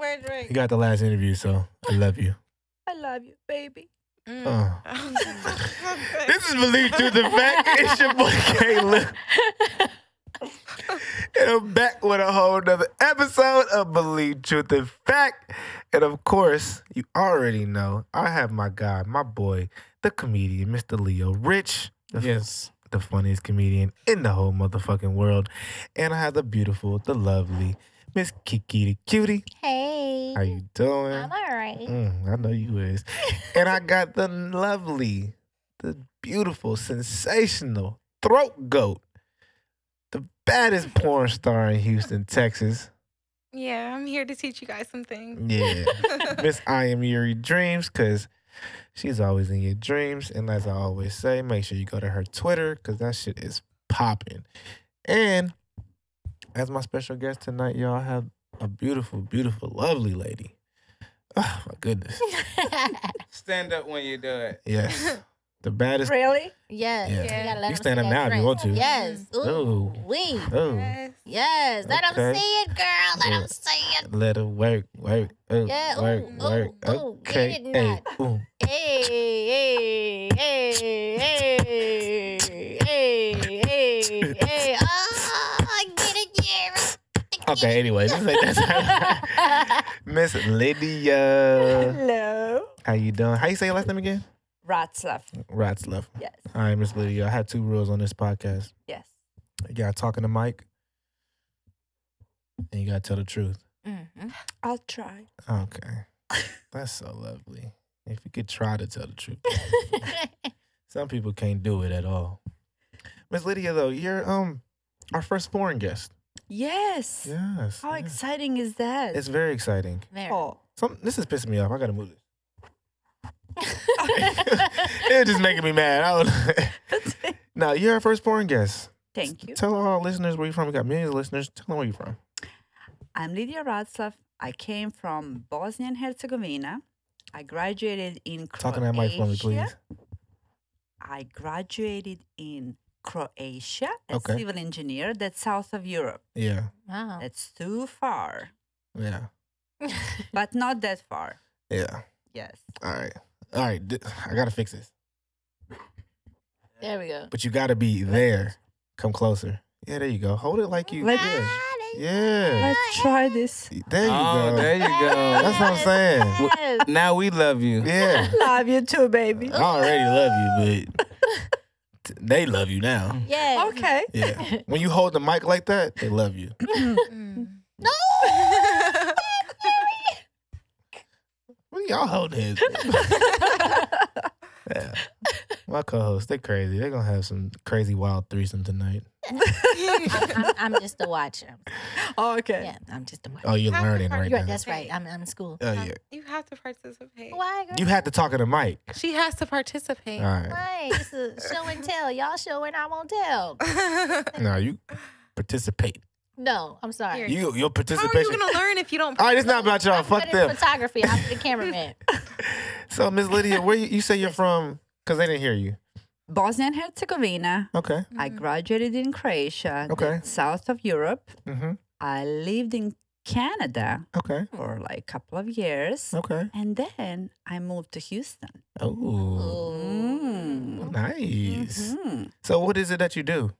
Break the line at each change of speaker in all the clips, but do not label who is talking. that drink.
You got the last interview, so I love you.
I love you, baby.
Mm.
Oh.
I'm good. I'm good.
This is Believe Through the Back. It's your boy Caleb. And I'm back with a whole nother episode of Believe Truth and Fact. And of course, you already know I have my guy, my boy, the comedian, Mr. Leo Rich. The,
Yes.
the funniest comedian in the whole motherfucking world. And I have the beautiful, the lovely Miss Kiki the Cutie.
Hey.
How you doing?
I'm all right.
Mm, I know you is. and I got the lovely, the beautiful, sensational throat goat, the baddest porn star in Houston, Texas.
Yeah, I'm here to teach you guys something.
Yeah. Miss I Am Yuri Dreams, because she's always in your dreams. And as I always say, make sure you go to her Twitter, because that shit is popping. And as my special guest tonight, y'all have a beautiful, beautiful, lovely lady. Oh, my goodness.
Stand up when you do it.
Yes. The baddest
Really?
Yes.
Yeah.
You, gotta
You
let 'em see
stand up
that
now if you
drink.
want to.
Yes. Ooh.
Ooh.
We.
Oh,
Yes.
Yes. Let 'em
Okay.
see it, girl. Let 'em
Yeah.
see it.
let her work, work, oh,
Yeah,
work,
ooh,
work.
ooh, ooh, get
okay,
it in
hey, ooh.
Hey, hey, hey, hey, hey, hey, hey. Oh, I get it, yeah.
Okay, anyways, let's say that's Miss Lydia.
Hello.
How you doing? How you say your last name again?
Ratzlaff.
Ratzlaff.
Yes.
All right, Miss Lydia. I had two rules on this podcast.
Yes.
You gotta talk in the mic, and you gotta tell the truth.
Mm-hmm.
I'll try.
Okay, that's so lovely. If you could try to tell the truth, some people can't do it at all. Miss Lydia, though, you're um our first foreign guest.
Yes.
Yes.
How
yes.
exciting is that?
It's very exciting.
There.
oh.
Some this is pissing me off. I gotta move this. it's just making me mad. I was, now you're our first foreign guest.
Thank you.
Tell all our listeners where you're from. We got millions of listeners. Tell them where you're from.
I'm Lydia Ratzlaff. I came from Bosnia and Herzegovina. I graduated in Croatia.
Talking that mic for me, please.
I graduated in Croatia as
Okay.
civil engineer. That's south of Europe.
Yeah,
Wow.
That's too far,
yeah,
but not that far.
yeah.
Yes.
All right, all right. Th- I gotta fix this.
There we go.
But you gotta be there. Come closer. Yeah, there you go. Hold it like you.
Like
yeah. yeah.
Let's try this.
There you
oh,
go.
there you go.
That's what I'm saying.
Yes.
now we love you.
Yeah.
Love you too, baby.
I already love you, but t- they love you now.
Yes.
Okay.
Yeah. When you hold the mic like that, they love you.
Mm.
No.
What y'all hold hands? yeah. My co-hosts, they crazy. They're gonna have some crazy wild threesome tonight.
I'm, I'm just a watcher.
okay.
Yeah, I'm just a watcher.
Oh, you're
How
learning
are
right
you
You're right.
now.
That's right. I'm, I'm in school.
Oh yeah.
You have to participate.
Why, girl?
You had to talk in the mic.
She has to participate.
All right.
Why? It's a show and tell. Y'all show and I won't tell.
No, you participate.
No, I'm sorry.
Here,
You your
How are you
participation.
gonna learn if you don't?
All right, it's not about y'all.
I'm
Fuck
good at
them.
photography. I'm the cameraman.
So Miss Lydia, where you, you say you're from? Cause they didn't hear you.
Bosnia and Herzegovina.
Okay.
Mm.
I graduated in Croatia,
Okay.
south of Europe.
Mm-hmm.
I lived in Canada
Okay.
for like a couple of years.
Okay.
And then I moved to Houston.
Oh.
Mm.
Nice.
Mhm.
So what is it that you do?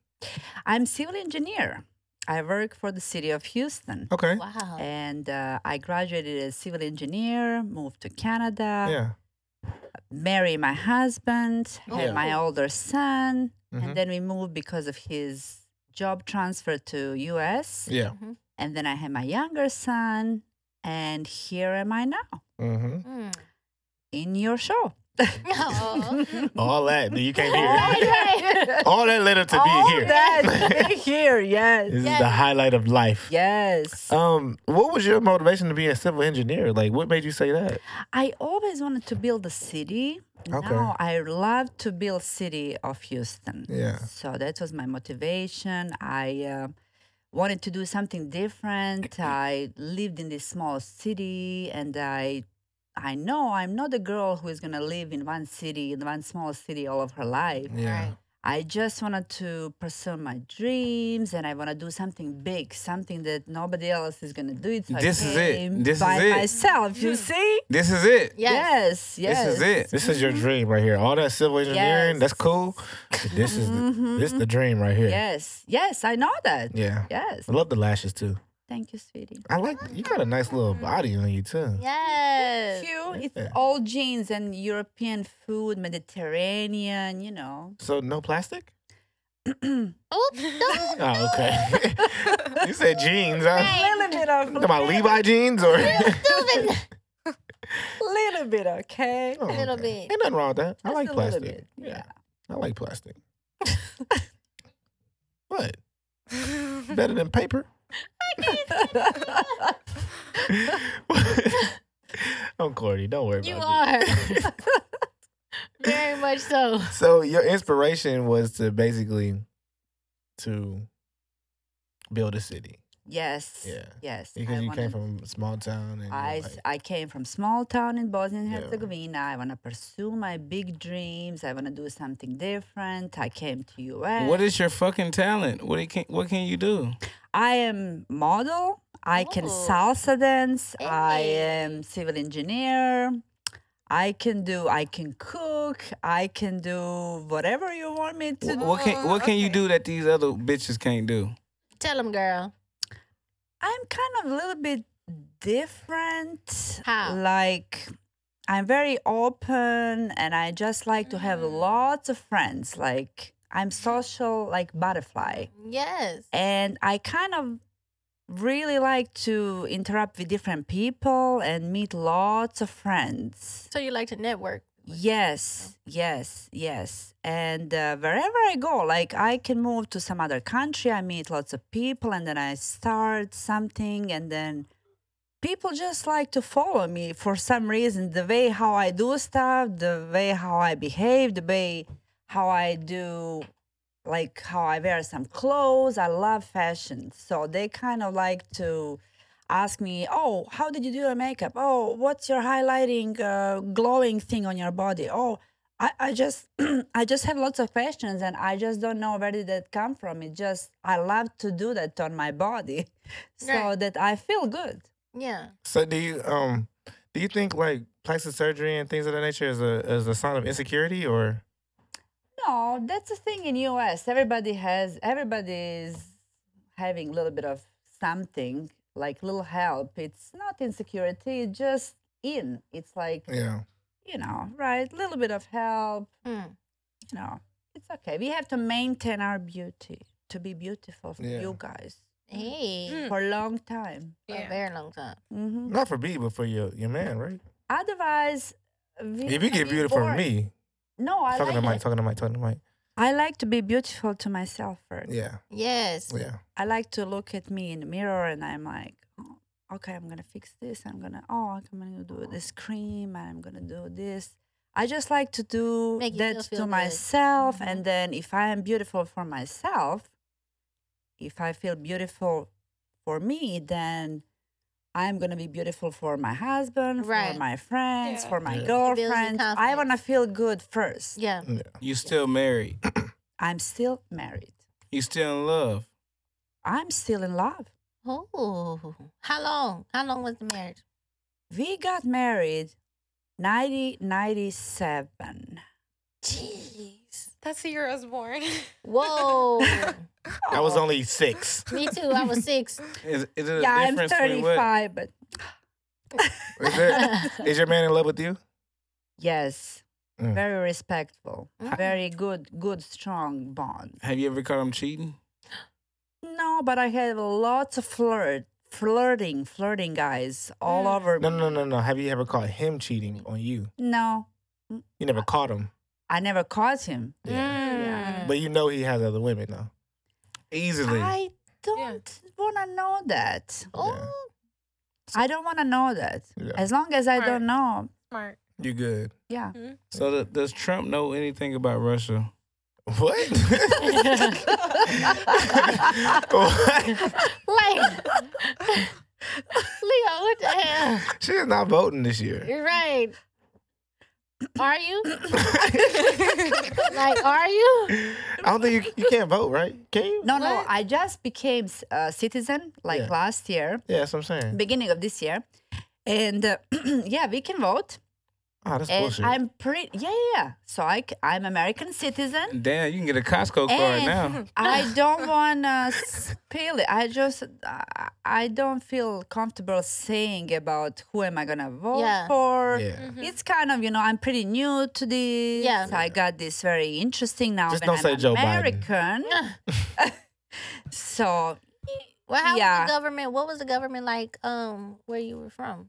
I'm civil engineer. I work for the city of Houston.
Okay.
Wow.
And uh, I graduated as civil engineer, moved to Canada,
Yeah.
married my husband, had
Yeah.
my older son,
Mhm.
and then we moved because of his job transfer to US.
Yeah.
Mm-hmm.
And then I had my younger son, and here am I now
Mm-hmm.
Mm.
in your show.
Oh.
All that you can't
Right,
hear.
right.
All that led up to
All
being here.
that to be here, yes.
This is
Yes.
the highlight of life.
Yes.
Um, what was your motivation to be a civil engineer? Like, what made you say that?
I always wanted to build a city.
Okay.
Now I love to build city of Houston.
Yeah.
So that was my motivation. I uh, wanted to do something
Mm-hmm.
different. I lived in this small city, and I, I know I'm not a girl who is gonna live in one city, in one small city, all of her life.
Yeah.
I just wanted to pursue my dreams and I want to do something big, something that nobody else is going to do. It. So I
This is it.
came
This is
by
it.
myself, you
Mm.
see?
This is it.
Hmm. Yes, yes. Mm-hmm.
This is it.
This is your dream right here. All that civil engineering,
Yes.
that's cool. But this is the,
Mhm,
this
mhm.
the dream right here.
Yes, yes, I know that.
Yeah.
Yes.
I love the lashes too.
Thank you, sweetie.
I like you got a nice little
Mm-hmm.
body on you too.
Yes.
Cute. It's
Yeah.
all jeans and European food, Mediterranean, you know.
So no plastic?
Oops. No.
Oh, okay. you said jeans. Huh?
little bit of
Talking about Levi jeans or
Stupid.
little bit, okay?
Oh,
A little
okay.
bit.
Ain't nothing wrong with that. I
Just
like
a little
plastic.
bit,
Yeah. I like plastic. what? Better than paper? I'm corny. Oh, Don't worry
You
about
are. Very much so.
it. So your inspiration was to basically to build a city.
yes.
Yeah.
Yes.
Because you
wanna-
came from a small town and
I,
I,
s- I came from small town in Bosnia and
Yeah.
Herzegovina. I want to pursue my big dreams. I want to do something different. I came to US.
What is your fucking talent? What it can what can you do?
I am model. I can
Ooh.
salsa dance. I
Hey.
am civil engineer. I can do. I can cook. I can do whatever you want me to.
Wh-
do.
What can what can you
Okay.
do that these other bitches can't do?
Tell him, girl.
I'm kind of a little bit different.
How?
Like, I'm very open and I just like to have
Mhm.
lots of friends. Like, I'm social, like butterfly.
Yes.
And I kind of really like to interact with different people and meet lots of friends.
So you like to network.
Yes, yes, yes. And uh, wherever I go, like I can move to some other country, I meet lots of people, and then I start something, and then people just like to follow me for some reason. The way how I do stuff, the way how I behave, the way how I do, like how I wear some clothes. I love fashion. So they kind of like to ask me, oh, how did you do your makeup? Oh, what's your highlighting, uh, glowing thing on your body? Oh, I, I just I just have lots of questions and I just don't know where did that come from. It just I love to do that on my body so
Right.
that I feel good.
Yeah.
So do you um do you think like plastic surgery and things of that nature is a is a sign of insecurity or
No, that's the thing in US. Everybody has everybody is having a little bit of something, like little help. It's not insecurity, it's just in. It's like,
yeah.
you know, right? Little bit of help,
Mm.
you know. It's okay. We have to maintain our beauty to be beautiful for
Yeah.
you guys
Hey.
Mm.
for a long time.
For a
Yeah.
very long time.
hmm
Not for me, but for your your man, right?
Otherwise, we
If you
can
get
be
beautiful for
bored.
me,
no, I
talking
like,
to Mike,
it.
talking to Mike, talking to Mike.
I like to be beautiful to myself first.
Yeah,
Yes.
yeah.
I like to look at me in the mirror and I'm like, oh, okay, I'm gonna fix this. I'm gonna, oh, I'm gonna do this cream. I'm gonna do this. I just like to do
Make you
that
feel-
to
feel good.
myself.
Mhm.
And then if I am beautiful for myself, if I feel beautiful for me, then I'm gonna be beautiful for my husband,
Right.
for my friends,
Yeah.
for my
Yeah. It
builds your
girlfriend. I wanna
confidence.
feel good first.
Yeah.
You still married.
I'm still married.
You still in love.
I'm still in love.
Oh. How long? How long was the marriage?
We got married 1997.
Jeez.
That's the year I was born.
Whoa.
I was only six.
Me too. I was six.
Is, is it a
Yeah, I'm
difference between what?
35, but
Is, there, is your man in love with you?
yes,
Mm.
very respectful,
Mm.
very good, good, strong bond.
Have you ever caught him cheating?
No, but I had lots of flirt, flirting, flirting guys all
Mm.
over.
No,
me.
no, no, no. Have you ever caught him cheating on you?
No,
You never caught him,
I never caught him.
Mm.
but you know he has other women now.
Easily.
I don't want to know that.
Oh.
I don't want to know that.
Yeah.
As long as I
Right.
don't know,
Smart.
You good?
yeah.
So th- does Trump know anything about Russia?
What? what?
Like, Leo, what the hell?
She's not voting this year.
You're right. Are you? like, are you?
I don't think you, you can't vote, right? Can you?
No, no,
What?
I just became s- a citizen like
Yeah.
last year,
Yeah, that's what I'm saying.
beginning of this year. And uh, yeah, we can vote.
Oh, that's
and
bullshit.
I'm pretty, yeah, yeah, yeah. So I, c- I'm American citizen.
Damn, you can get a Costco card
And-
now.
I don't want to spill it. I just, I, I don't feel comfortable saying about who am I going to vote
Yeah. Mm-hmm.
for.
yeah.
It's kind of, you know, I'm pretty new to this.
Yeah.
I got this very interesting now
Just
when
don't
I'm
say Joe Biden.
American. so
Well, how
Yeah.
was the government? What was the government like? Um, where you were from?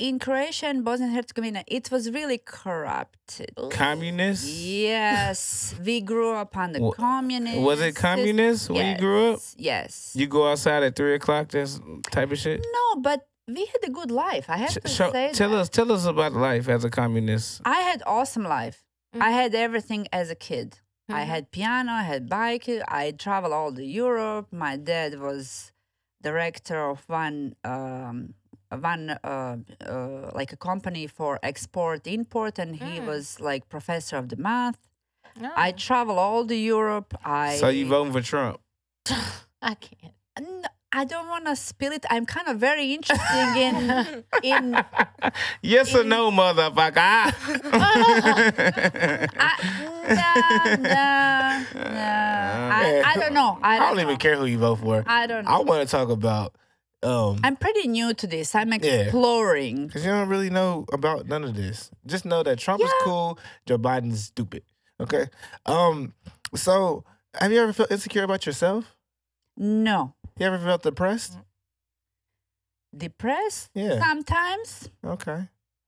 in Croatia and Bosnia and Herzegovina, it was really corrupted.
Ooh.
Communist?
Yes, we grew up under
Wa-
communist.
Was it communist when you grew up?
Yes, Yes.
You go outside at three o'clock, that's type of shit?
no, but we had a good life. I have
Sh-
to
show-
say
tell
that.
us tell us about life as a communist.
I had awesome life.
Mm.
I had everything as a kid. I
Mhm.
had piano, I had bike, I traveled all the Europe. My dad was director of one um, one uh, uh, like a company for export import, and he
Mm.
was like professor of the math.
No,
I travel all the Europe. I
so you voting for Trump?
I can't.
N- I don't want to spill it. I'm kind of very interested in in
Yes or no, motherfucker?
I, nah, nah, nah. I, I don't know.
I
I don't,
don't even
know.
care who you vote for.
I don't know.
I want to talk about um
I'm pretty new to this. I'm
Yeah.
exploring.
because you don't really know about none of this. Just know that Trump is
Yeah.
cool, Joe Biden is stupid. Okay. Um. So, have you ever felt insecure about yourself?
No,
You ever felt depressed?
Mm. depressed
Yeah.
sometimes
Okay.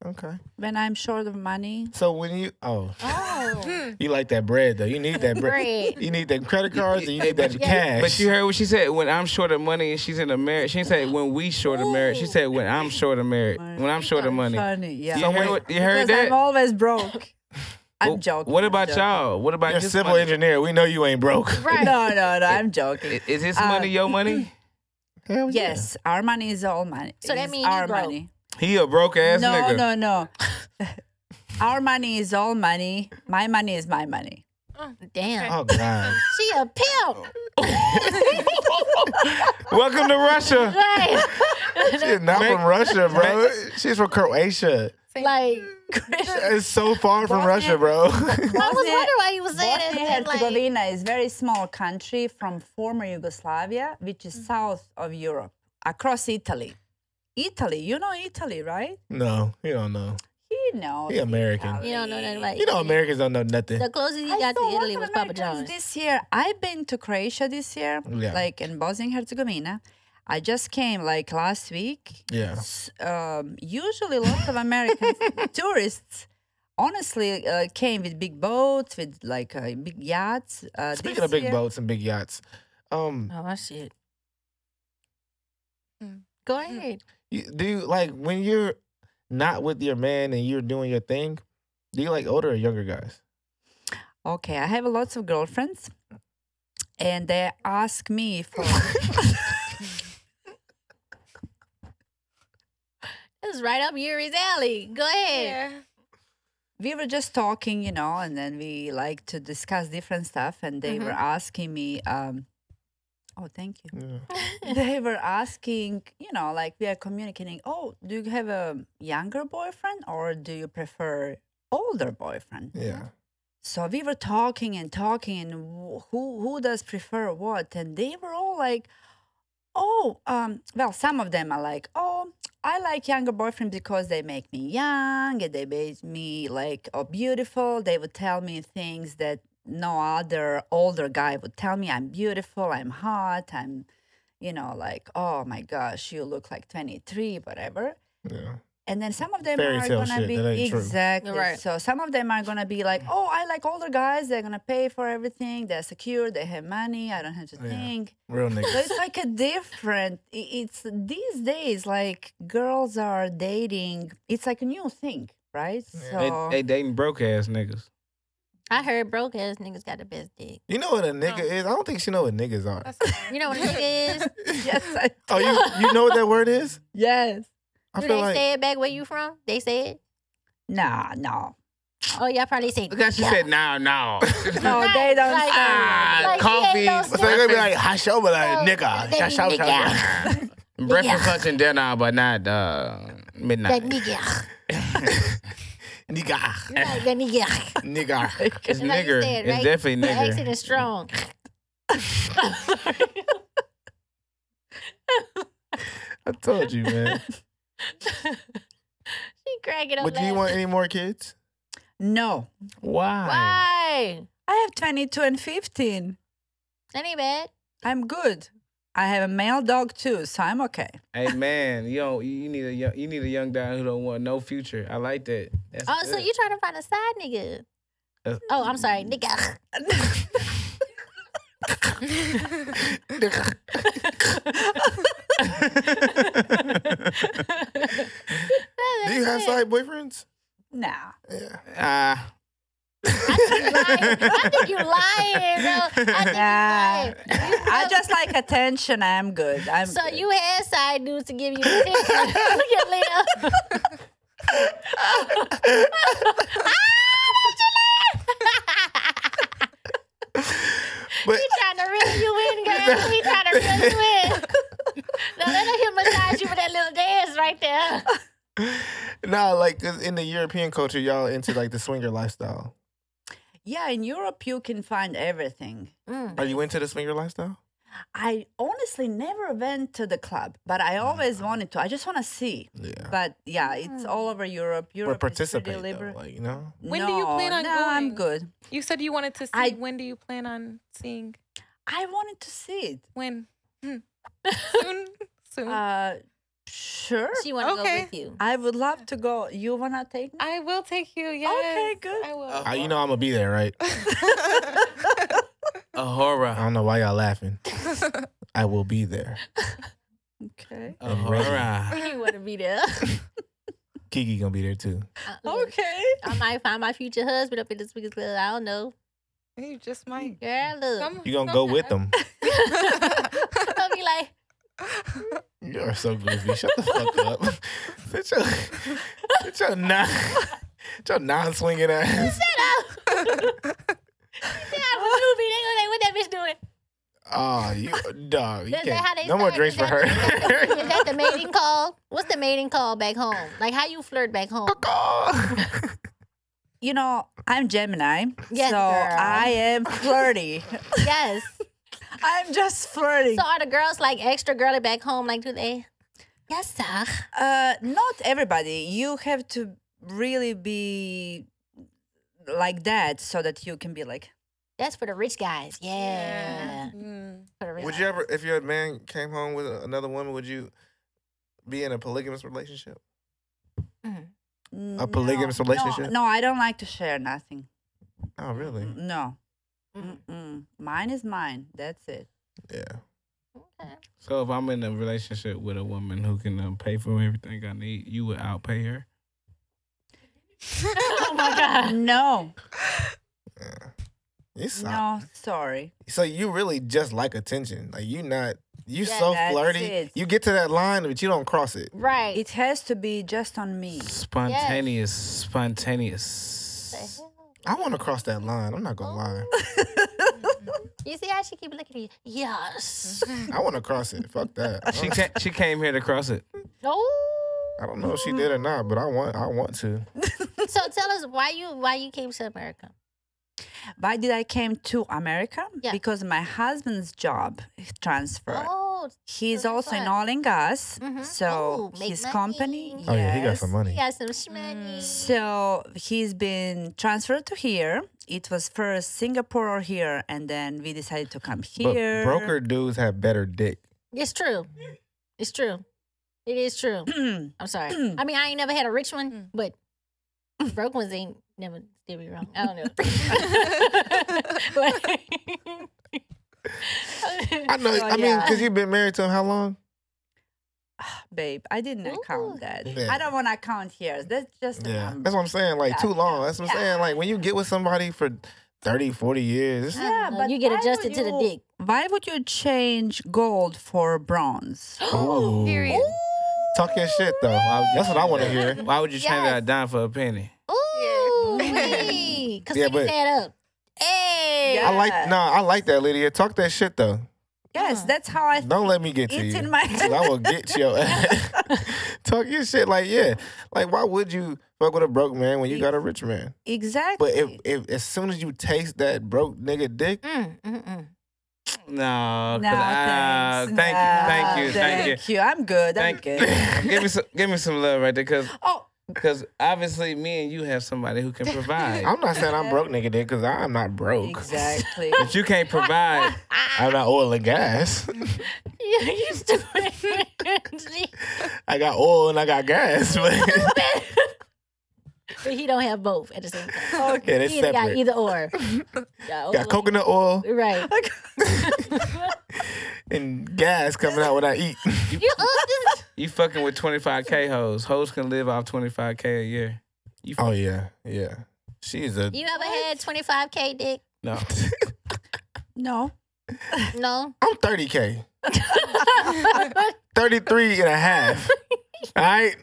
Okay.
when I'm short of money.
So when you oh
Oh,
Hmm.
you like that bread though you need that bread
great.
you need them credit cards and you need that
Yeah.
cash.
But you heard what she said. When I'm short of money, and she's in a marriage. She didn't say when we short of marriage. She said when I'm short of marriage. When I'm short of money.
Funny, yeah.
You heard, what- you heard
because
that?
I'm always broke. I'm
Well,
joking.
What
I'm
about
joking.
y'all? What about
You're a
his
civil
money?
engineer. We know you ain't broke.
Right.
No, no, no. I'm joking.
I- Is his
Uh,
money your money?
Hell yeah.
Yes, our money is all money.
So that
is
mean you
our
broke.
money.
He a broke ass
no,
nigga.
no, no, Our money is all money. My money is my money.
Damn.
Oh God.
She a pimp.
Welcome to Russia.
Right.
She's not from Russia, bro. She's from Croatia.
like,
It's so far from Russia,
Bosnia-
bro.
I was
Bosnia-
wondering why you was saying
Bosnia
that.
and
Like,
Herzegovina is very small country from former Yugoslavia, which is south of Europe, across Italy. Italy, you know Italy, right?
no, you don't know.
He knows.
He American.
Italy.
you don't know nothing about
You know
Italy.
Americans don't know nothing.
The closest he
I
got
saw
to Italy
lots
was
of
Papa
Americans
John's.
This year, I've been to Croatia this year,
Yeah.
like in Bosnia and Herzegovina. I just came like last week.
Yeah.
S- Um, usually, lots of American tourists honestly uh, came with big boats, with like uh, big yachts. Uh,
Speaking of
this
big
year-
boats and big yachts, um,
Oh, shit.
Mm.
Go ahead.
you, do you like when you're not with your man and you're doing your thing? Do you like older or younger guys?
Okay, I have lots of girlfriends, and they ask me for.
This is right up Yuri's alley. Go ahead.
Yeah.
we were just talking, you know, and then we like to discuss different stuff, and they were
Mm-hmm.
asking me. Um, oh, thank you.
Yeah.
they were asking, you know, like we are communicating, oh, do you have a younger boyfriend or do you prefer older boyfriend?
Yeah.
So we were talking and talking and wh- who who does prefer what and they were all like, "Oh, um well, some of them are like, "Oh, I like younger boyfriend because they make me young and they make me like oh beautiful. They would tell me things that no other older guy would tell me. I'm beautiful, I'm hot, I'm you know, like, "Oh my gosh, you look like 23, whatever."
Yeah.
And then some of them
Fairy
are
tale
gonna
shit,
be
that ain't true.
exactly
Right.
so. Some of them are gonna be like, "Oh, I like older guys. They're gonna pay for everything. They're secure. They have money. I don't have to
Yeah.
think."
Real niggas.
So it's like a different. i- It's these days like girls are dating. It's like a new thing, right? So
They, they dating broke ass niggas.
I heard broke ass niggas got the best dick.
You know what a
Oh.
nigga is? I don't think she know what niggas are.
That's-
You know what a nigga is?
yes, I,
Oh, you you know what that word is?
yes.
I
Do they say it back where you from? They say it?
No, no.
Oh, y'all probably say.
Because she said, "No, no."
No, they don't
Like-
say that.
Ah,
Like,
coffee.
she ain't
So
those
they're gonna be like, "Hush over
Oh,
like uh, nigga,
they
hush over."
nigga.
like-
Breakfast,
Yeah.
lunch, and dinner, but not uh,
That
midnight.
nigga.
Nigga,
Like the nigga.
nigga.
It's
That's how you
nigger.
say it,
It's
right?
definitely
The accent
nigger.
is strong.
I told you, man.
she cracking up.
But do you
laughing.
want any more kids?
No.
Why?
Why?
I have 22 and 15.
That ain't bad.
I'm good. I have a male dog too, so I'm okay.
Hey man, you don't, you need a young, you need a young guy who don't want no future. I like that. That's
Oh, so
good.
you trying to find a side nigga?
Uh,
oh, I'm sorry, nigga.
Do you have side boyfriends?
nah.
Yeah.
Ah.
I think you lying, bro. I think
Nah.
you lying. You
I just like attention. I'm good. I'm
So
good.
you had side dudes to give you attention. Look at Ah, Leo.
But
He trying to reel you in, girl. He trying to reel you in. Now let him massage you with that little dance right there.
no, like 'cause in the European culture, y'all into like the swinger lifestyle.
yeah, in Europe you can find everything.
Mm.
Are you into the swinger lifestyle?
I honestly never went to the club, but
Mm.
I always wanted to. I just want to see.
Yeah.
But yeah, it's all over Europe.
Or
Europe is pretty
participate, though,
liberal.
like you know.
Mm. When do you plan
No,
on
no, I'm
going?
good.
You said you wanted to see.
I-
when do you plan on seeing?
I wanted to see it.
When? Hmm. Soon. Soon.
Uh, sure.
She want to
Okay.
go with you.
I would love to go. You wanna take me?
I will take you. Yes.
good.
I will.
Oh,
Uh, you know I'm gonna be there, right?
A
I
horror.
don't know why y'all laughing. I will be there.
Okay.
A
I'm ready.
horror.
You want to be there.
Kiki gonna be there too.
Uh, look,
Okay.
I might find my future husband up in this week's club. I don't know.
You just might.
Girl, look.
Some-
You gonna go with them?
I'll be like,
You are so goofy. Shut the fuck up. Sit your, sit your non, sit your non-swinging ass.
yeah, I'm a newbie. They gonna like, what that bitch doing?
Oh, you dog. You
Is that
can't-
how they
no more
start?
drinks
Is
for her.
that- Is that the mating call? What's the mating call back home? Like how you flirt back home?
You know, I'm Gemini,
Yes,
so
girl.
I am flirty.
Yes.
I'm just flirting.
So are the girls like extra girly back home? Like do they? Yes, sir.
uh, not everybody. You have to really be like that so that you can be like,
That's for the rich guys. Yeah.
Mm.
For the rich
Would
guys.
you ever, if your man came home with another woman, would you be in a polygamous relationship?
"No,
polygamous
no,
relationship?
No, I don't like to share nothing.
Oh, really?
No.
Mm.
Mm-mm. Mine is mine. That's it.
Yeah.
Okay.
So if I'm in a relationship with a woman who can um, pay for everything I need, you would outpay her.
oh my god.
No,
You suck.
no, sorry.
So you really just like attention. Like you not, you so
that's
flirty.
it.
You get to that line, but you don't cross it.
Right.
It has to be just on me.
Spontaneous,
The
spontaneous.
hell?
I want to cross that line. I'm not gonna lie.
Oh. You see how she keep looking at you? Yes.
I want to cross it. Fuck that. I
She
don't-
came, she came here to cross it.
oh.
I don't know if she did or
Mm-hmm.
not, but I want. I want to.
So tell us why you why you came to America.
Why did I came to America?
Yeah.
Because my husband's job transferred.
Oh,
He's
so
also in
fun.
oil and gas,
Mhm.
so
Oh, make
his company.
money.
Oh yeah, he got some
yes.
money.
he got some shmoney.
So he's been transferred to here. It was first Singapore or here, and then we decided to come
But
here.
broker dudes have better dick.
It's true. It's true. It is true. I'm sorry.
Mm.
I mean, I ain't never had a rich one, but broke ones ain't never did me wrong. I don't know.
I know.
Oh,
I mean,
yeah.
because you've been married to him how long?
Babe, I didn't
Ooh.
account that.
Yeah.
I don't want to count years. That's just a number.
That's what I'm saying. Like,
Yeah,
too long.
no,
That's what I'm
yeah.
saying. Like, when you get with somebody for 30, 40 years, it's-
Yeah,
No,
but
you get
why would
adjusted to the
you-
dick.
Why would you change gold for bronze?
Ooh.
Period.
talk your shit, though. I- That's what I want to hear.
Why would you change
Yes.
that down for a penny?
Ooh, Ooh, because
Yeah,
yeah,
but-
that up. Hey,
Yeah.
I like no, I like that, Lydia. Talk that shit though.
Yes,
Uh-huh.
that's how I
Don't let me get to
It's
you.
in my-
'cause I will get your ass. Talk your shit like yeah. Like why would you fuck with a broke man when you got a rich man?
exactly.
But if, if as soon as you taste that broke nigga dick,
Mm, mm, mm.
No, 'cause
no,
uh,
I-
thanks.
thank
No,
you, thank you, thank you.
thank you. I'm good.
Thank
I'm good.
you. give me some, give me some love right there, cause,
Oh,
cause obviously me and you have somebody who can provide.
I'm not saying I'm broke nigga dick because I'm not broke.
exactly.
But you can't provide.
I'm not oil and gas.
Yeah, you stupid.
I got oil and I got gas. But
but he don't have both at the same time.
yeah, they
He either got
separate.
either or. Yeah,
Got
or-
coconut oil
Right.
and gas coming out when I eat.
You up this?
You fucking with 25k hoes. Hoes can live off 25k a year. You
oh yeah, yeah. She's a
You ever had 25k dick?
no.
No.
No.
I'm 30K. 33 and a half. All right?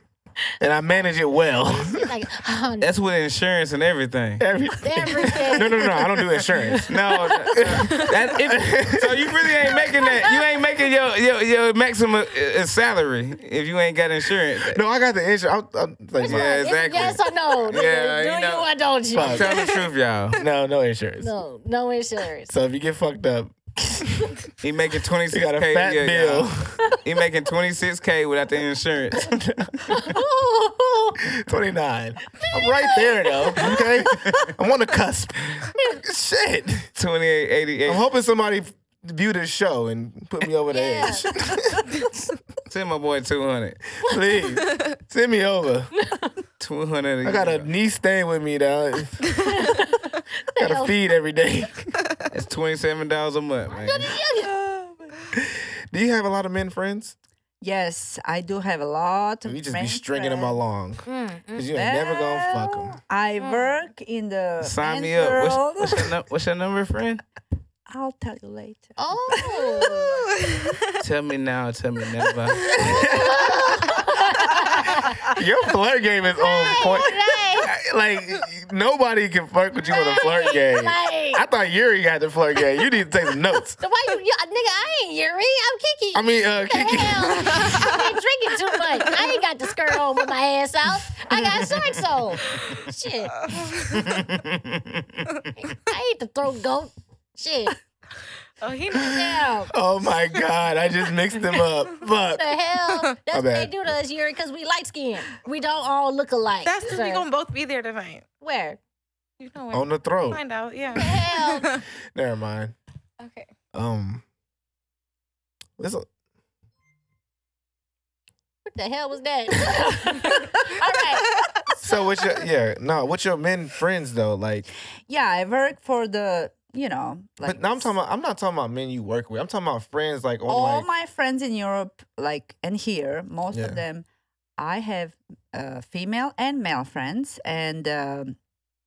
And I manage it well.
Like, oh, no.
That's with insurance and everything.
Everything.
Everything.
No, no, no. I don't do insurance.
No, that, if, so you really ain't making that. You ain't making your your, your maximum uh, uh, salary if you ain't got insurance.
No, I got the insurance. I'm, I'm like,
Yeah,
yeah.
Is it
exactly.
Yes or no? Do
Yeah,
you,
you
do
know.
you or don't you?
Fuck.
Tell the truth, y'all.
No, no insurance.
No, no insurance.
So if you get fucked up,
He making twenty
you
six
got a
k
fat
a year.
bill.
y'all. He making twenty six k without the insurance.
29. I'm right there, though. Okay? I'm on the cusp. Shit.
Twenty eight eighty
I'm
eight.
hoping somebody view this show and put me over the
Yeah.
edge.
Send my boy two hundred.
Please. Send me over.
Two hundred.
I got a niece staying with me though. Gotta feed every day.
That's twenty seven dollars a month, man.
Do you have a lot of men friends?
Yes, I do have a lot of
You just be
friends,
stringing them
friends.
along. Cause you ain't never gonna fuck them.
I work in the
Sign me
men's
up.
world.
What's, what's, your, nu- what's your number, friend?
I'll tell you later.
Oh.
Tell me now. Tell me never.
Your flirt game is on point.
Right.
Like nobody can flirt with you on a flirt game.
Right.
I thought Yuri had the flirt game. You need to take some notes.
So why you, you nigga? I ain't Yuri. I'm Kiki.
I mean, uh, Kiki.
Hell, I've been drinking too much. I ain't got the skirt on with my ass out. I got shorts on. Shit. I ain't the throat goat. Shit.
Oh, he knows.
Damn. What
Oh my god, I just mixed them up. Fuck.
the hell? That's what they
bad.
do to us, Yuri, because we light skinned. We don't all look alike.
That's because
sir.
we gonna both be there tonight.
Where?
You know
On
what?
the throat.
Find out.
The
Yeah.
hell?
Never mind.
okay.
Um. This
What the hell was that? all right.
So what's your yeah no what's your men friends though like
Yeah, I work for the you know like
but now I'm talking about I'm not talking about men you work with I'm talking about friends like on
all
like
my friends in Europe, like and here, most
Yeah.
of them, I have uh, female and male friends, and um,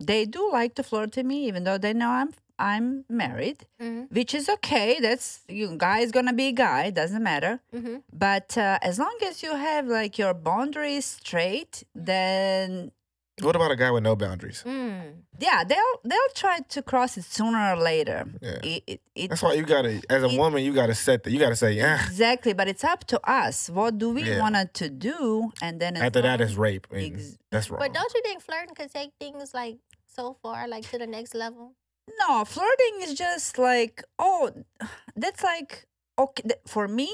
they do like to flirt to me, even though they know I'm I'm married,
Mhm.
which is okay. That's you guy is gonna be a guy, doesn't matter.
Mhm.
But uh, as long as you have like your boundaries straight, then
what about a guy with no boundaries
Mm.
yeah, they'll they'll try to cross it sooner or later.
Yeah.
It, it, it,
that's why you gotta as a
It-
woman you gotta set that you gotta say yeah
Exactly, but it's up to us. What do we
Yeah.
want to do? And then as
after that
long-
is rape and
Ex-
that's wrong
But don't you think flirting could take things like so far, like to the next level?
no flirting is just like oh, that's like okay th- for me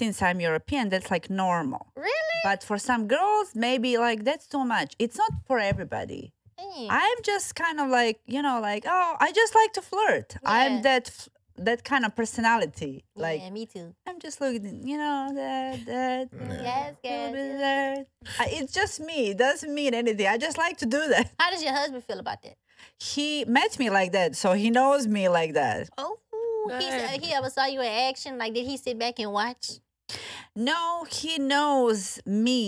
since I'm European. That's like normal,
Really?
but for some girls maybe like that's too much. It's not for everybody.
Mm.
I'm just kind of like you know like oh I just like to flirt.
Yeah.
I'm that f- that kind of personality. Like
yeah, me too.
I'm just looking you know that that.
Yes, yes.
little bit
yes.
there. I- It's just me. It doesn't mean anything. I just like to do that.
How does your husband feel about that?
He met me like that, so he knows me like that.
Oh,
Go
he,
ahead.
he ever saw you in action? Like, did he sit back and watch?
No, he knows me,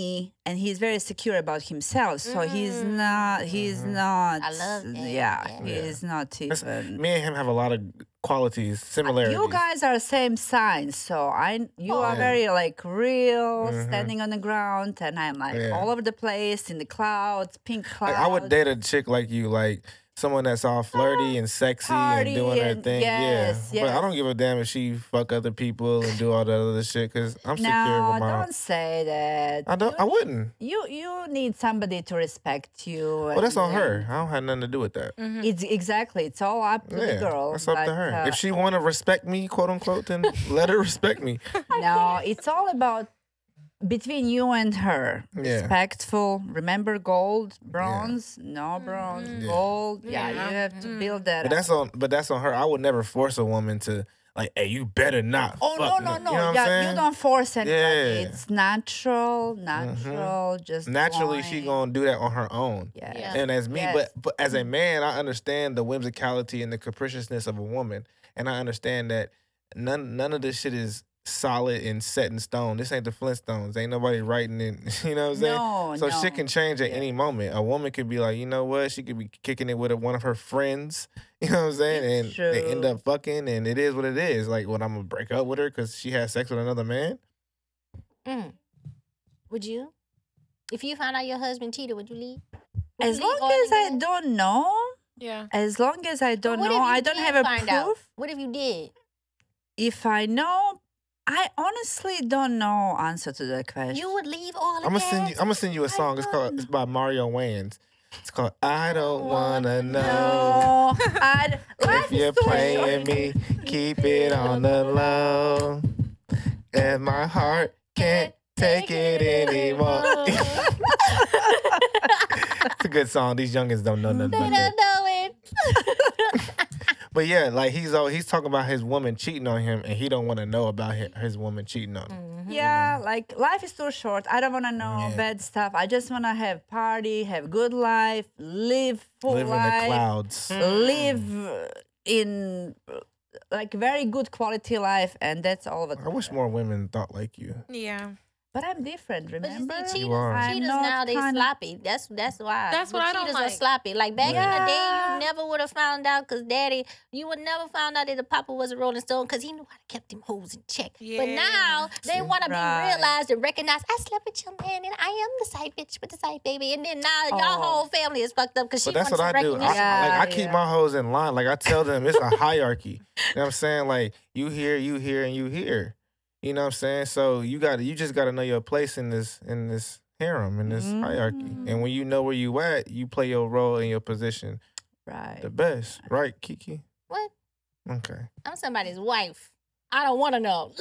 and he's very secure about himself. So he's
Mm.
not. He's
Mhm.
not.
I love that,
Yeah,
yeah.
he's not
That's-
even.
me and him have a lot of qualities, similarities. Oh.
You guys are same sign, so I you are
Yeah.
very like real,
Mhm.
standing on the ground, and I'm like
Yeah.
all over the place in the clouds, pink
Like,
clouds.
I would date a chick like you, like someone that's all flirty and sexy and
party
doing her
and-
thing.
yes,
yeah, but I
yes.
don't give a damn if she fuck other people and do all that other shit because I'm secure
No,
with my.
don't say that.
I don't. I wouldn't.
You you need somebody to respect you.
Well, that's
and- uh,
on her. I don't have nothing to do with that.
Mhm.
It's exactly. It's all up to the
Yeah,
Mm-hmm. girl.
that's up to
but,
her.
uh,
if she want to respect me, quote unquote, then let her respect me.
No, it's all about between you and her.
Yeah.
Respectful. Remember gold, bronze, no bronze,
Yeah.
gold. Yeah,
Yeah.
you have to
Mm.
build that.
But
up.
that's on. But that's on her. I would never force a woman to like. Hey, you better not.
Oh no
fuck
no
me."
no!
You know what I'm
yeah, you
saying?
don't force anybody.
Yeah. Mm-hmm.
It's natural, natural. Just
Naturally, she
going.
gonna do that on her own.
Yeah.
Yeah.
And as me,
Yes. Mm-hmm.
but, but as a man, I understand the whimsicality and the capriciousness of a woman, and I understand that none none of this shit is solid and set in stone. This ain't the Flintstones. Ain't nobody writing it. You know what I'm saying?
No,
So
no.
shit can change at
Yeah.
any moment. A woman could be like, you know what? She could be kicking it with a, one of her friends. You know what I'm saying?
It's
and they end
true.
up fucking, and it is what it is. Like, when I'm gonna break up with her because she had sex with another man?
Mm. Would you? If you found out your husband cheated, would you leave? Would
As
you leave
long
all
as I
together?
don't know,
Yeah.
as long as I
But
don't
what
know,
if
I
you
don't
did
have a
find
proof.
out? What if you did?
If I know, I honestly don't know answer to that question.
You would leave all of
I'm gonna
that?
send you. I'm gonna send you a
I
song. It's called.
don't
It's by Mario Wayans. It's called I don't wanna know
no, I
if
life is
you're
too short.
playing me. Keep it on the low, and my heart can't take it anymore. it's a good song. These youngins don't know nothing
they
about that.
don't know it.
But yeah, like he's all he's talking about his woman cheating on him, and he don't want to know about his, his woman cheating on
Mm-hmm.
him.
Yeah, like life is too short. I don't want to know
Yeah.
bad stuff. I just want to have party, have good life, live full
Live in the
life,
clouds.
live uh,
Mm.
in uh, like very good quality life, and that's all of it.
I wish more women thought like you.
Yeah.
But I'm different.
But you
Remember?
see, cheaters,
You are.
cheaters
I'm not
now they
kinda-
sloppy. That's that's why.
That's
But
what I don't
cheaters
like.
are sloppy. Like back in the day,
Yeah.
you never would have found out because daddy, you would never found out that the papa was a Rolling Stone because he knew how to kept them hoes in check. But
Yeah.
now they
See?
want to be
Right.
realized and recognized. I slept with your man and I am the side bitch with the side baby. And then now
Oh.
your whole family is fucked up because she
But that's
wants
what I
some
do. I,
recognition.
Yeah,
like, I keep
yeah.
my hoes in line. Like I tell them, it's a hierarchy. You know what I'm saying? Like you here, you here, and you here. You know what I'm saying? So you got to you just got to know your place in this in this harem in this hierarchy.
Mm-hmm.
And when you know where you at, you play your role and your position
Right.
the best, right, Kiki?
What?
Okay.
I'm somebody's wife. I don't want to know.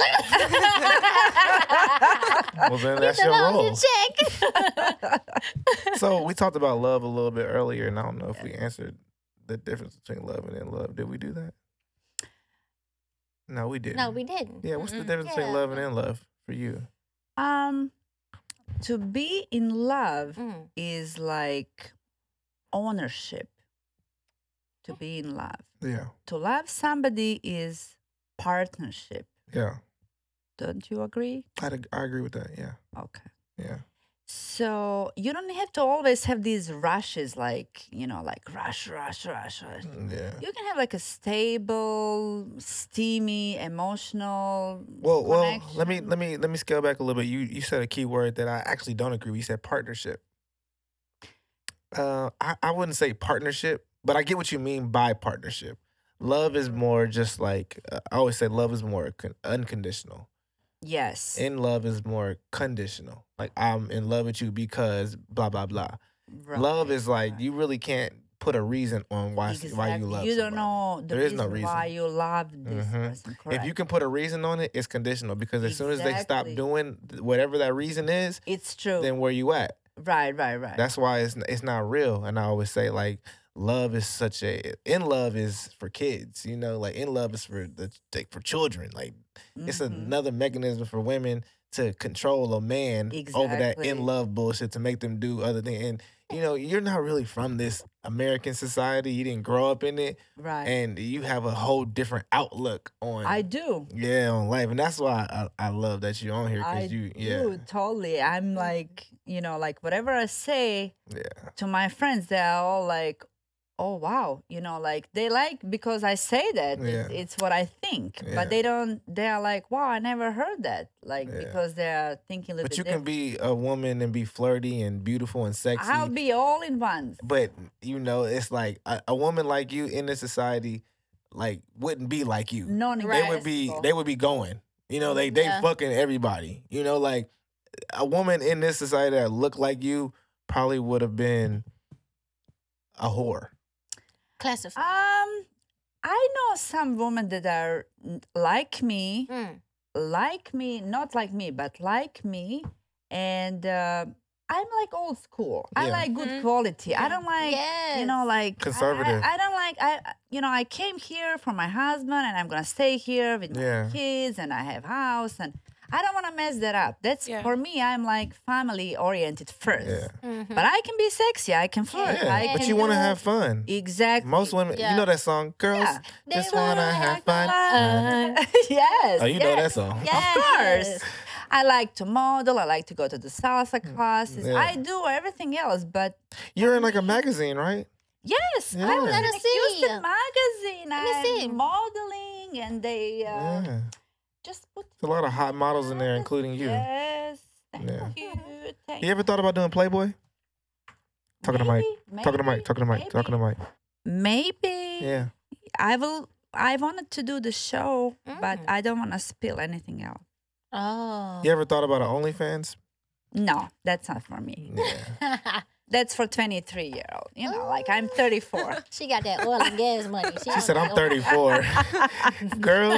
Well, then that's
Get
your
the hoes
role.
in check.
So we talked about love a little bit earlier, and I don't know if we answered the difference between love and in love. Did we do that? No, we didn't.
no, we didn't.
Yeah, what's the
Mm-mm.
difference between
Yeah.
love and in love for you?
Um, to be in love
Mm.
is like ownership. To be in love,
Yeah,
to love somebody is partnership.
yeah.
Don't you agree?
I, I agree with that. Yeah,
Okay.
yeah.
So you don't have to always have these rushes, like you know, like rush, rush, rush, rush.
Mm, Yeah.
You can have like a stable, steamy, emotional.
Well, well, let me
connection.
let me let me scale back a little bit. You you said a key word that I actually don't agree with. You said partnership. Uh, I, I wouldn't say partnership, but I get what you mean by partnership. Love is more just like uh, I always say. Love is more con- unconditional.
Yes.
In love is more conditional. Like I'm in love with you because blah blah blah. Love
right,
is like
right.
you really can't put a reason on why why you
Exactly.
love.
You don't
somebody.
know the
There is no
reason why
reason.
you love this
Mhm.
person. Correct.
If you can put a reason on it, it's conditional because as soon as they stop
Exactly.
doing th- whatever that reason is,
it's true.
then where you at?
right, right, right.
That's why it's n- it's not real. And I always say like love is such a in love is for kids, you know, like in love is for the like, for children. Like it's
Mhm.
another mechanism for women to control a man over that
Exactly.
in love bullshit to make them do other things. And you know, you're not really from this American society. You didn't grow up in it,
right.
and you have a whole different outlook on
I do.
yeah, on life, and that's why I, I love that you're on here
I
because you, yeah,
do totally. I'm like, you know, like whatever I say
yeah,
to my friends, they're all like, oh wow you know like they like because i say that it-
Yeah.
it's what i think
Yeah.
but they don't they are like wow i never heard that like
Yeah.
because they're thinking a little
But
bit
you can
different.
be a woman and be flirty and beautiful and sexy.
i'll be all in one
but you know, it's like a, a woman like you in this society, like wouldn't be like you.
non
Right.
They would be they would be going. You know, they they
Yeah.
fucking everybody. You know, like a woman in this society that looked like you probably would have been a whore.
Classified.
um i know some women that are n- like me
Mm.
like me, not like me, but like me, and uh, I'm like old school. I
Yeah.
like good
Mhm.
quality. I don't like you know
Yes.
like I- I-
Conservative.
I, don't like I I- you know I came here for my husband, and I'm gonna stay here with my
Yeah.
kids, and I have house, and I don't want to mess that up. That's
Yeah.
for me. I'm like family oriented first,
Yeah.
Mhm.
but I can be sexy. I can flirt.
Yeah,
I
Yeah. But
can
you want to
do-
have fun.
exactly
Most women,
Yeah.
you know that song, girls.
Yeah.
They
Just wanna have fun.
fun.
yes.
Oh, you know that
yes.
song.
Of course. I like to model. I like to go to the salsa classes.
Mm, Yeah.
I do everything else, but
You're in like a magazine, right?
yes,
Yeah.
I'm
Let
in
us
a
see.
Houston magazine.
Let me
I'm
see.
modeling, and they uh,
Yeah. There's
just put
a lot of hot models in there, including you.
Yes, thank
Yeah.
you. Thank
You ever thought about doing Playboy? Talking to Mike.
Maybe,
Talking to Mike.
maybe,
Talking to Mike. Talking to Mike.
Maybe.
Yeah.
I will. I wanted to do the show, but
Mm.
I don't want to spill anything out.
Oh.
You ever thought about an OnlyFans?
No, that's not for me.
Yeah.
That's for 23 year old. You know, like I'm 34.
she got that oil and gas money. She,
She
don't
said,
got
"I'm
no-
34." Girl,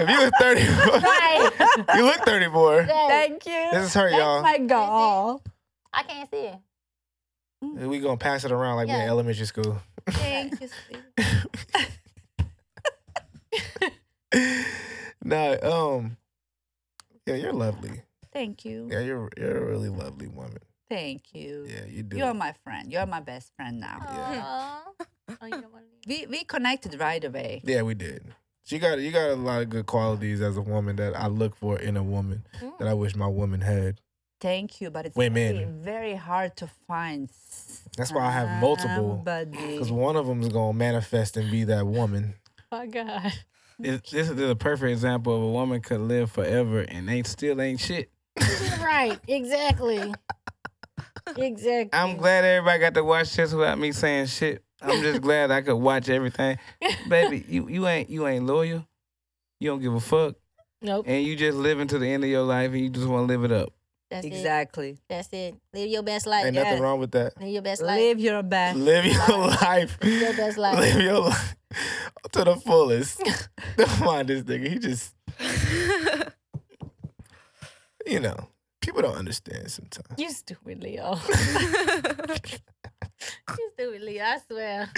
if you were 34,
Right.
you look 34.
Dang.
Thank you.
This is her,
That's
y'all.
my goal.
I can't see it.
We gonna pass it around like we
Yeah.
in elementary school.
Thank you. Steve.
no, um, yeah, you're lovely.
Thank you.
Yeah, you're you're a really lovely woman.
Thank you.
Yeah, you do.
You're my friend. You're my best friend now.
Aw. Oh, you don't want to
We we connected right away.
Yeah, we did. She got you got a lot of good qualities as a woman that I look for in a woman that I wish my woman had.
Thank you, but it's
Women.
Very, very hard to find.
That's why I have multiple. Because
Somebody.
one of them's gonna manifest and be that woman.
Oh, God.
This, this is a perfect example of a woman could live forever and ain't still ain't shit.
right. Exactly. Exactly.
I'm glad everybody got to watch this without me saying shit. I'm just glad I could watch everything. Baby, you, you ain't you ain't loyal. You don't give a fuck.
Nope.
And you just living to the end of your life and you just wanna live it up.
That's it.
Exactly.
That's it. Live your best life.
Ain't
Yes.
nothing wrong with that.
Live your best life.
Live your best.
Live your life.
Your best life.
Live your life to the fullest. Don't mind this nigga. He just, you know, people don't understand sometimes.
You stupid Leo. you stupid Leo. I swear.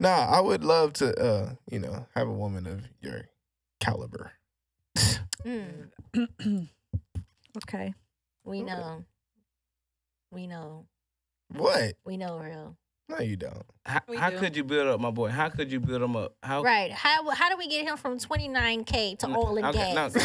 Nah, I would love to, uh, you know, have a woman of your caliber.
Mm.
okay.
We know. We know.
What?
We know real.
No, you don't.
How,
We
how
do.
could you build up my boy? How could you build him up?
Oh.
How
Right. How how do we get him from
Mm,
29K to oil and
Okay,
gas?
No,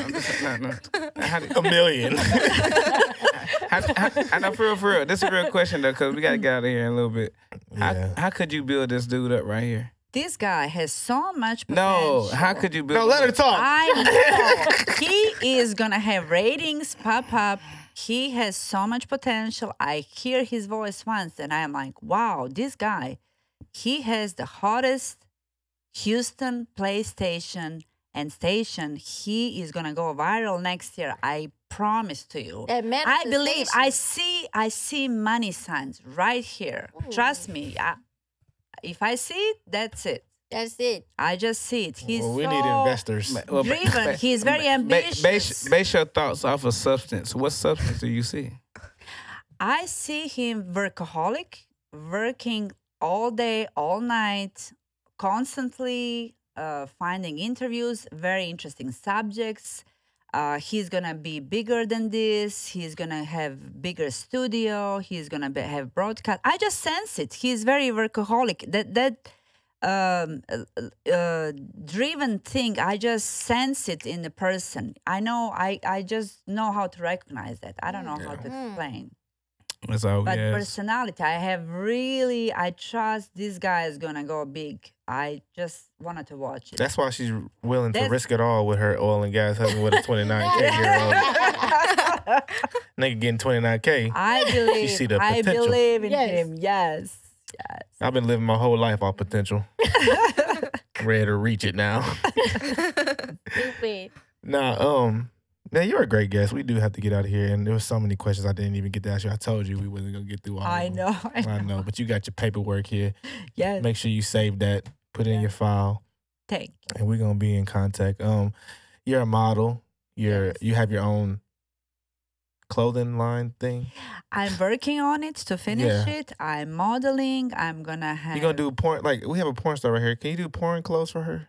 I'm just- no, no. How did-
A million.
how, how, I know for real, for real. This is a real question though, cause we gotta get out of here in a little bit. How,
yeah.
how could you build this dude up right here?
This guy has so much potential.
No, how could you build?
No, let her
him up?
talk.
I know. he is going to have ratings pop up. He has so much potential. I hear his voice once and I'm like, wow, this guy, he has the hottest Houston PlayStation and station. He is going to go viral next year. I promise to you.
That
I believe I
manifestation.
see I see money signs right here. Trust me. I, if I see it, that's it.
That's it.
I just see it. He's
well, we
so
need investors.
Well, ba-
driven.
ba-
He's very
ba- ba-
ambitious.
Base, base your thoughts off of substance. What substance do you see?
I see him workaholic, working all day, all night, constantly uh, finding interviews, very interesting subjects. Uh, he's gonna be bigger than this. He's gonna have bigger studio. He's gonna be, have broadcast. I just sense it. He's very workaholic. That that um, uh, uh, driven thing. I just sense it in the person. I know. I I just know how to recognize that. I don't know how to
Mm.
explain.
That's all we
But
ask.
personality, I have really, I trust this guy is gonna go big. I just wanted to watch it.
That's why she's willing to
That's-
risk it all with her oil and gas husband with a 29K year old nigga getting 29K.
I believe.
see the
I
potential.
believe in
Yes.
him. Yes. Yes.
I've been living my whole life off potential. Ready to reach it now.
Stupid.
Nah, um, man, you're a great guest. We do have to get out of here, and there was so many questions I didn't even get to ask you. I told you we wasn't gonna get through all.
I
of them.
know. I
I know, but you got your paperwork here.
Yes.
Make sure you save that, put it in your file,
Thank you.
and we're gonna be in contact. Um, you're a model. You're
Yes.
you have your own clothing line thing.
I'm working on it to finish it. I'm modeling. I'm gonna have.
You gonna do porn? Like we have a porn star right here. Can you do porn clothes for her?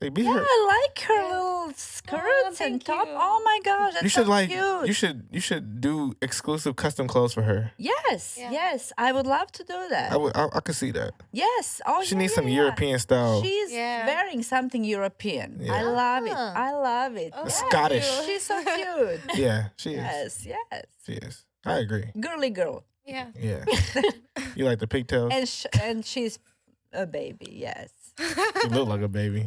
Like be
Yeah,
her.
I like her
Yeah. Oh,
little skirts and
thank
top.
you.
Oh my gosh, that's
You should
so
like
cute.
you should you should do exclusive custom clothes for her.
yes,
Yeah.
yes, I would love to do that.
I would I, I could see that.
yes. Oh,
she
yeah,
needs
yeah,
some
yeah.
European style.
She's
Yeah.
wearing something European. I
Oh. Yeah.
love it.
Ah.
I love it.
Oh,
A
thank
Scottish.
you.
She's so cute.
yeah, she is.
yes, yes.
She is. I agree.
Girly girl.
Yeah.
Yeah. you like the pigtails?
And sh- and she's a baby. Yes.
She look like a baby.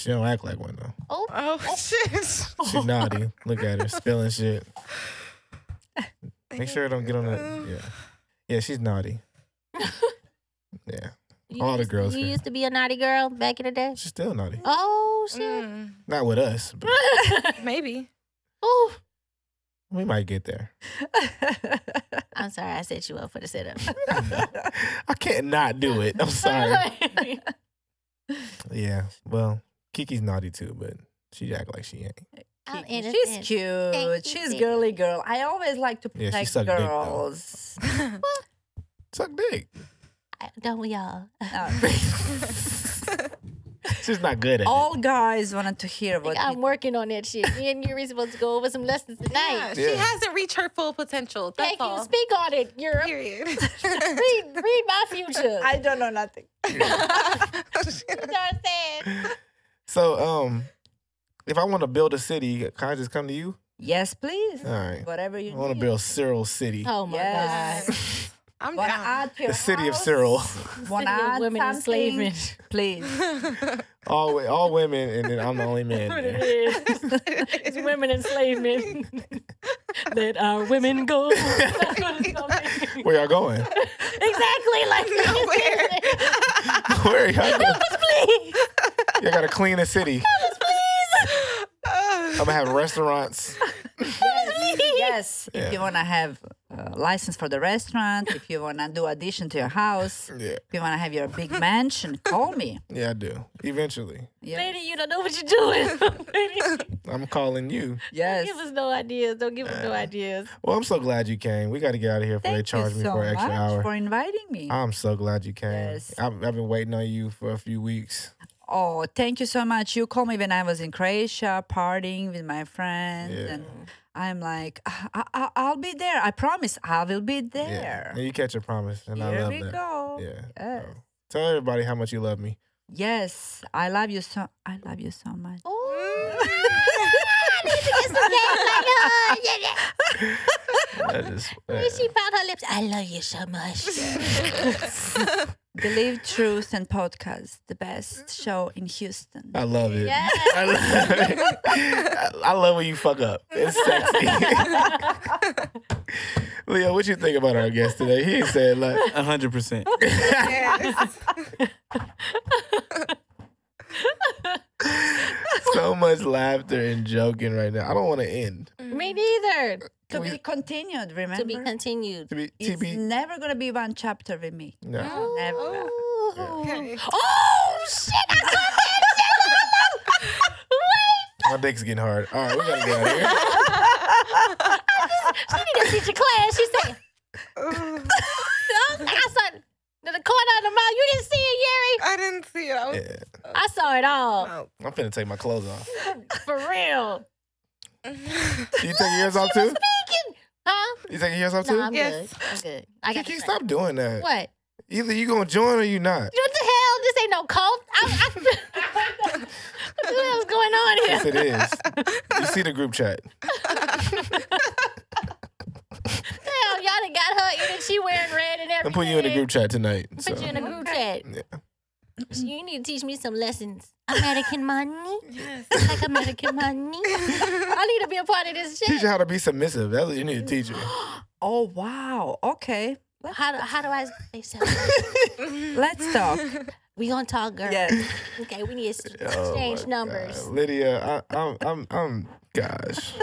She don't act like one though.
Oh,
Oh shit.
She naughty. Look at her spilling shit. Make sure I don't get on that. Yeah. Yeah, she's naughty. Yeah.
you
All the
used-
girls
You
here.
used to be a naughty girl back in the day.
She's still naughty.
Oh shit.
Mm,
Not with us, but
maybe.
oh,
we might get there.
I'm sorry. I set you up for the setup.
I can't not do it. I'm sorry. Yeah. Well, Kiki's naughty too, but she act like she ain't.
I'm
Kiki.
innocent.
She's cute.
Thank you,
She's
baby.
girly girl. I always like to
Yeah, she
protect
suck dick, though.
girls.
Suck dick.
I- Don't we all?
No.
She's not good at
All guys wanted to hear
Like,
what
I'm working on that shit. Me and Yuri's supposed to go over some lessons
yeah,
tonight.
she
Yeah.
hasn't reached her full potential. That's
Thank
all.
you. Speak on it, Europe.
Period.
Read, read my future.
I don't know nothing.
you know what I'm saying?
it. So, um, if I want to build a city, can I just come to you?
Yes, please.
All right.
Whatever you
Uh, I want to
need.
build Cyril City.
Oh my
Yes.
god.
I'm
Wanna
down.
add to your
The city of
house?
Cyril.
City
Wanna
of
add
women
something?
enslavement.
Please.
All wi- all women, and then I'm the only man.
That's what it
there.
is. It's women enslavement. Let our women go. That's what it's gonna be.
Where y'all going?
exactly like
Nowhere.
Where y'all going?
please,
Y'all gotta clean the city.
Ugh.
I'm gonna have restaurants.
yes.
Yeah.
If you wanna have a license for the restaurant, if you wanna do addition to your house,
Yeah,
if you wanna have your big mansion, call me.
yeah, I do. Eventually,
Yeah.
lady, you don't know what you're doing. Lady,
I'm calling you.
Yes. Uh.
Give us no ideas. Don't give us no ideas.
Well, I'm so glad you came. We gotta get out of here before
Thank
they charge
you
me
so
for an extra
much
hour. Uh,
for inviting me.
I'm so glad you came.
Yes.
I've, I've been waiting on you for a few weeks.
Oh, thank you so much. You called me when I was in Croatia partying with my friends,
Yeah.
and I'm like, I- I- I- I'll be there. I promise, I will be
Yeah,
there.
and you catch a promise, and I
Here
love
we
that.
go.
Yeah.
Yes.
so Tell everybody how much you love me.
Yes, I love you so. I love you so much.
Oh
I just,
When she found her lips, I love you so much.
Believe Truth and Podcast, the best show in Houston.
I love it.
Yes.
I love it. I- I love when you fuck up. It's sexy. Leo, what you think about our guest today? He ain't said like
A hundred percent.
Yes.
so much laughter and joking right now. I don't want to end.
Me neither.
to be continued. Remember,
To be continued.
To be
it's
TB.
never gonna be one chapter with me.
No.
Never.
Okay.
Oh shit! I saw that
My dick's getting hard. All right, we gotta get out of here.
shit. She didn't teach a class. She said,
Ugh.
I saw the corner of the mouth. You didn't see it, Yuri.
I didn't see it. I was oh.
Yeah.
I saw it all.
out.
I'm finna take my clothes off.
For real.
You take yours off too?
Speaking. Huh?
You taking yours off
No,
too?
I'm
Yes.
good. I'm good. I got
Kiki,
the-
stop doing that.
What?
Either you gonna join or you not.
You know What the hell? This ain't no cult. I, I, what the hell's going on
Yes,
here?
it is. You see the group chat.
Hell, y'all done and got her, and then she wearing red and everything.
I'm putting you in a group chat tonight.
Put
So.
you in a group chat.
Yeah.
So You need to teach me some lessons. American money,
Yes.
like American money. I need to be a part of this
Teach
shit.
you how to be submissive. That's what you need to teach you.
Oh wow. Okay. Let's,
How do, how do I say so?
let's talk.
We gonna talk, girl.
Yes.
Okay, we need to
Oh, my
exchange
God.
numbers.
Lydia, I, I'm, I'm, I'm, gosh.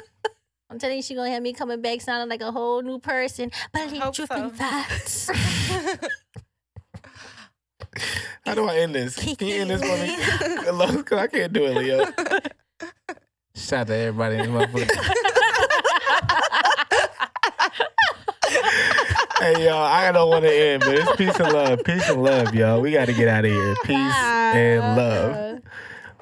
I'm telling you, she gonna have me coming back sounding like a whole new person. But
hope
you
so.
from facts.
How do I end this? Can you end this for me? 'Cause I can't do it, Leo.
Shout out to everybody in my foot.
Hey, y'all, I don't want to end, but it's peace and love. Peace and love, y'all. We got to get out of here. Peace and love.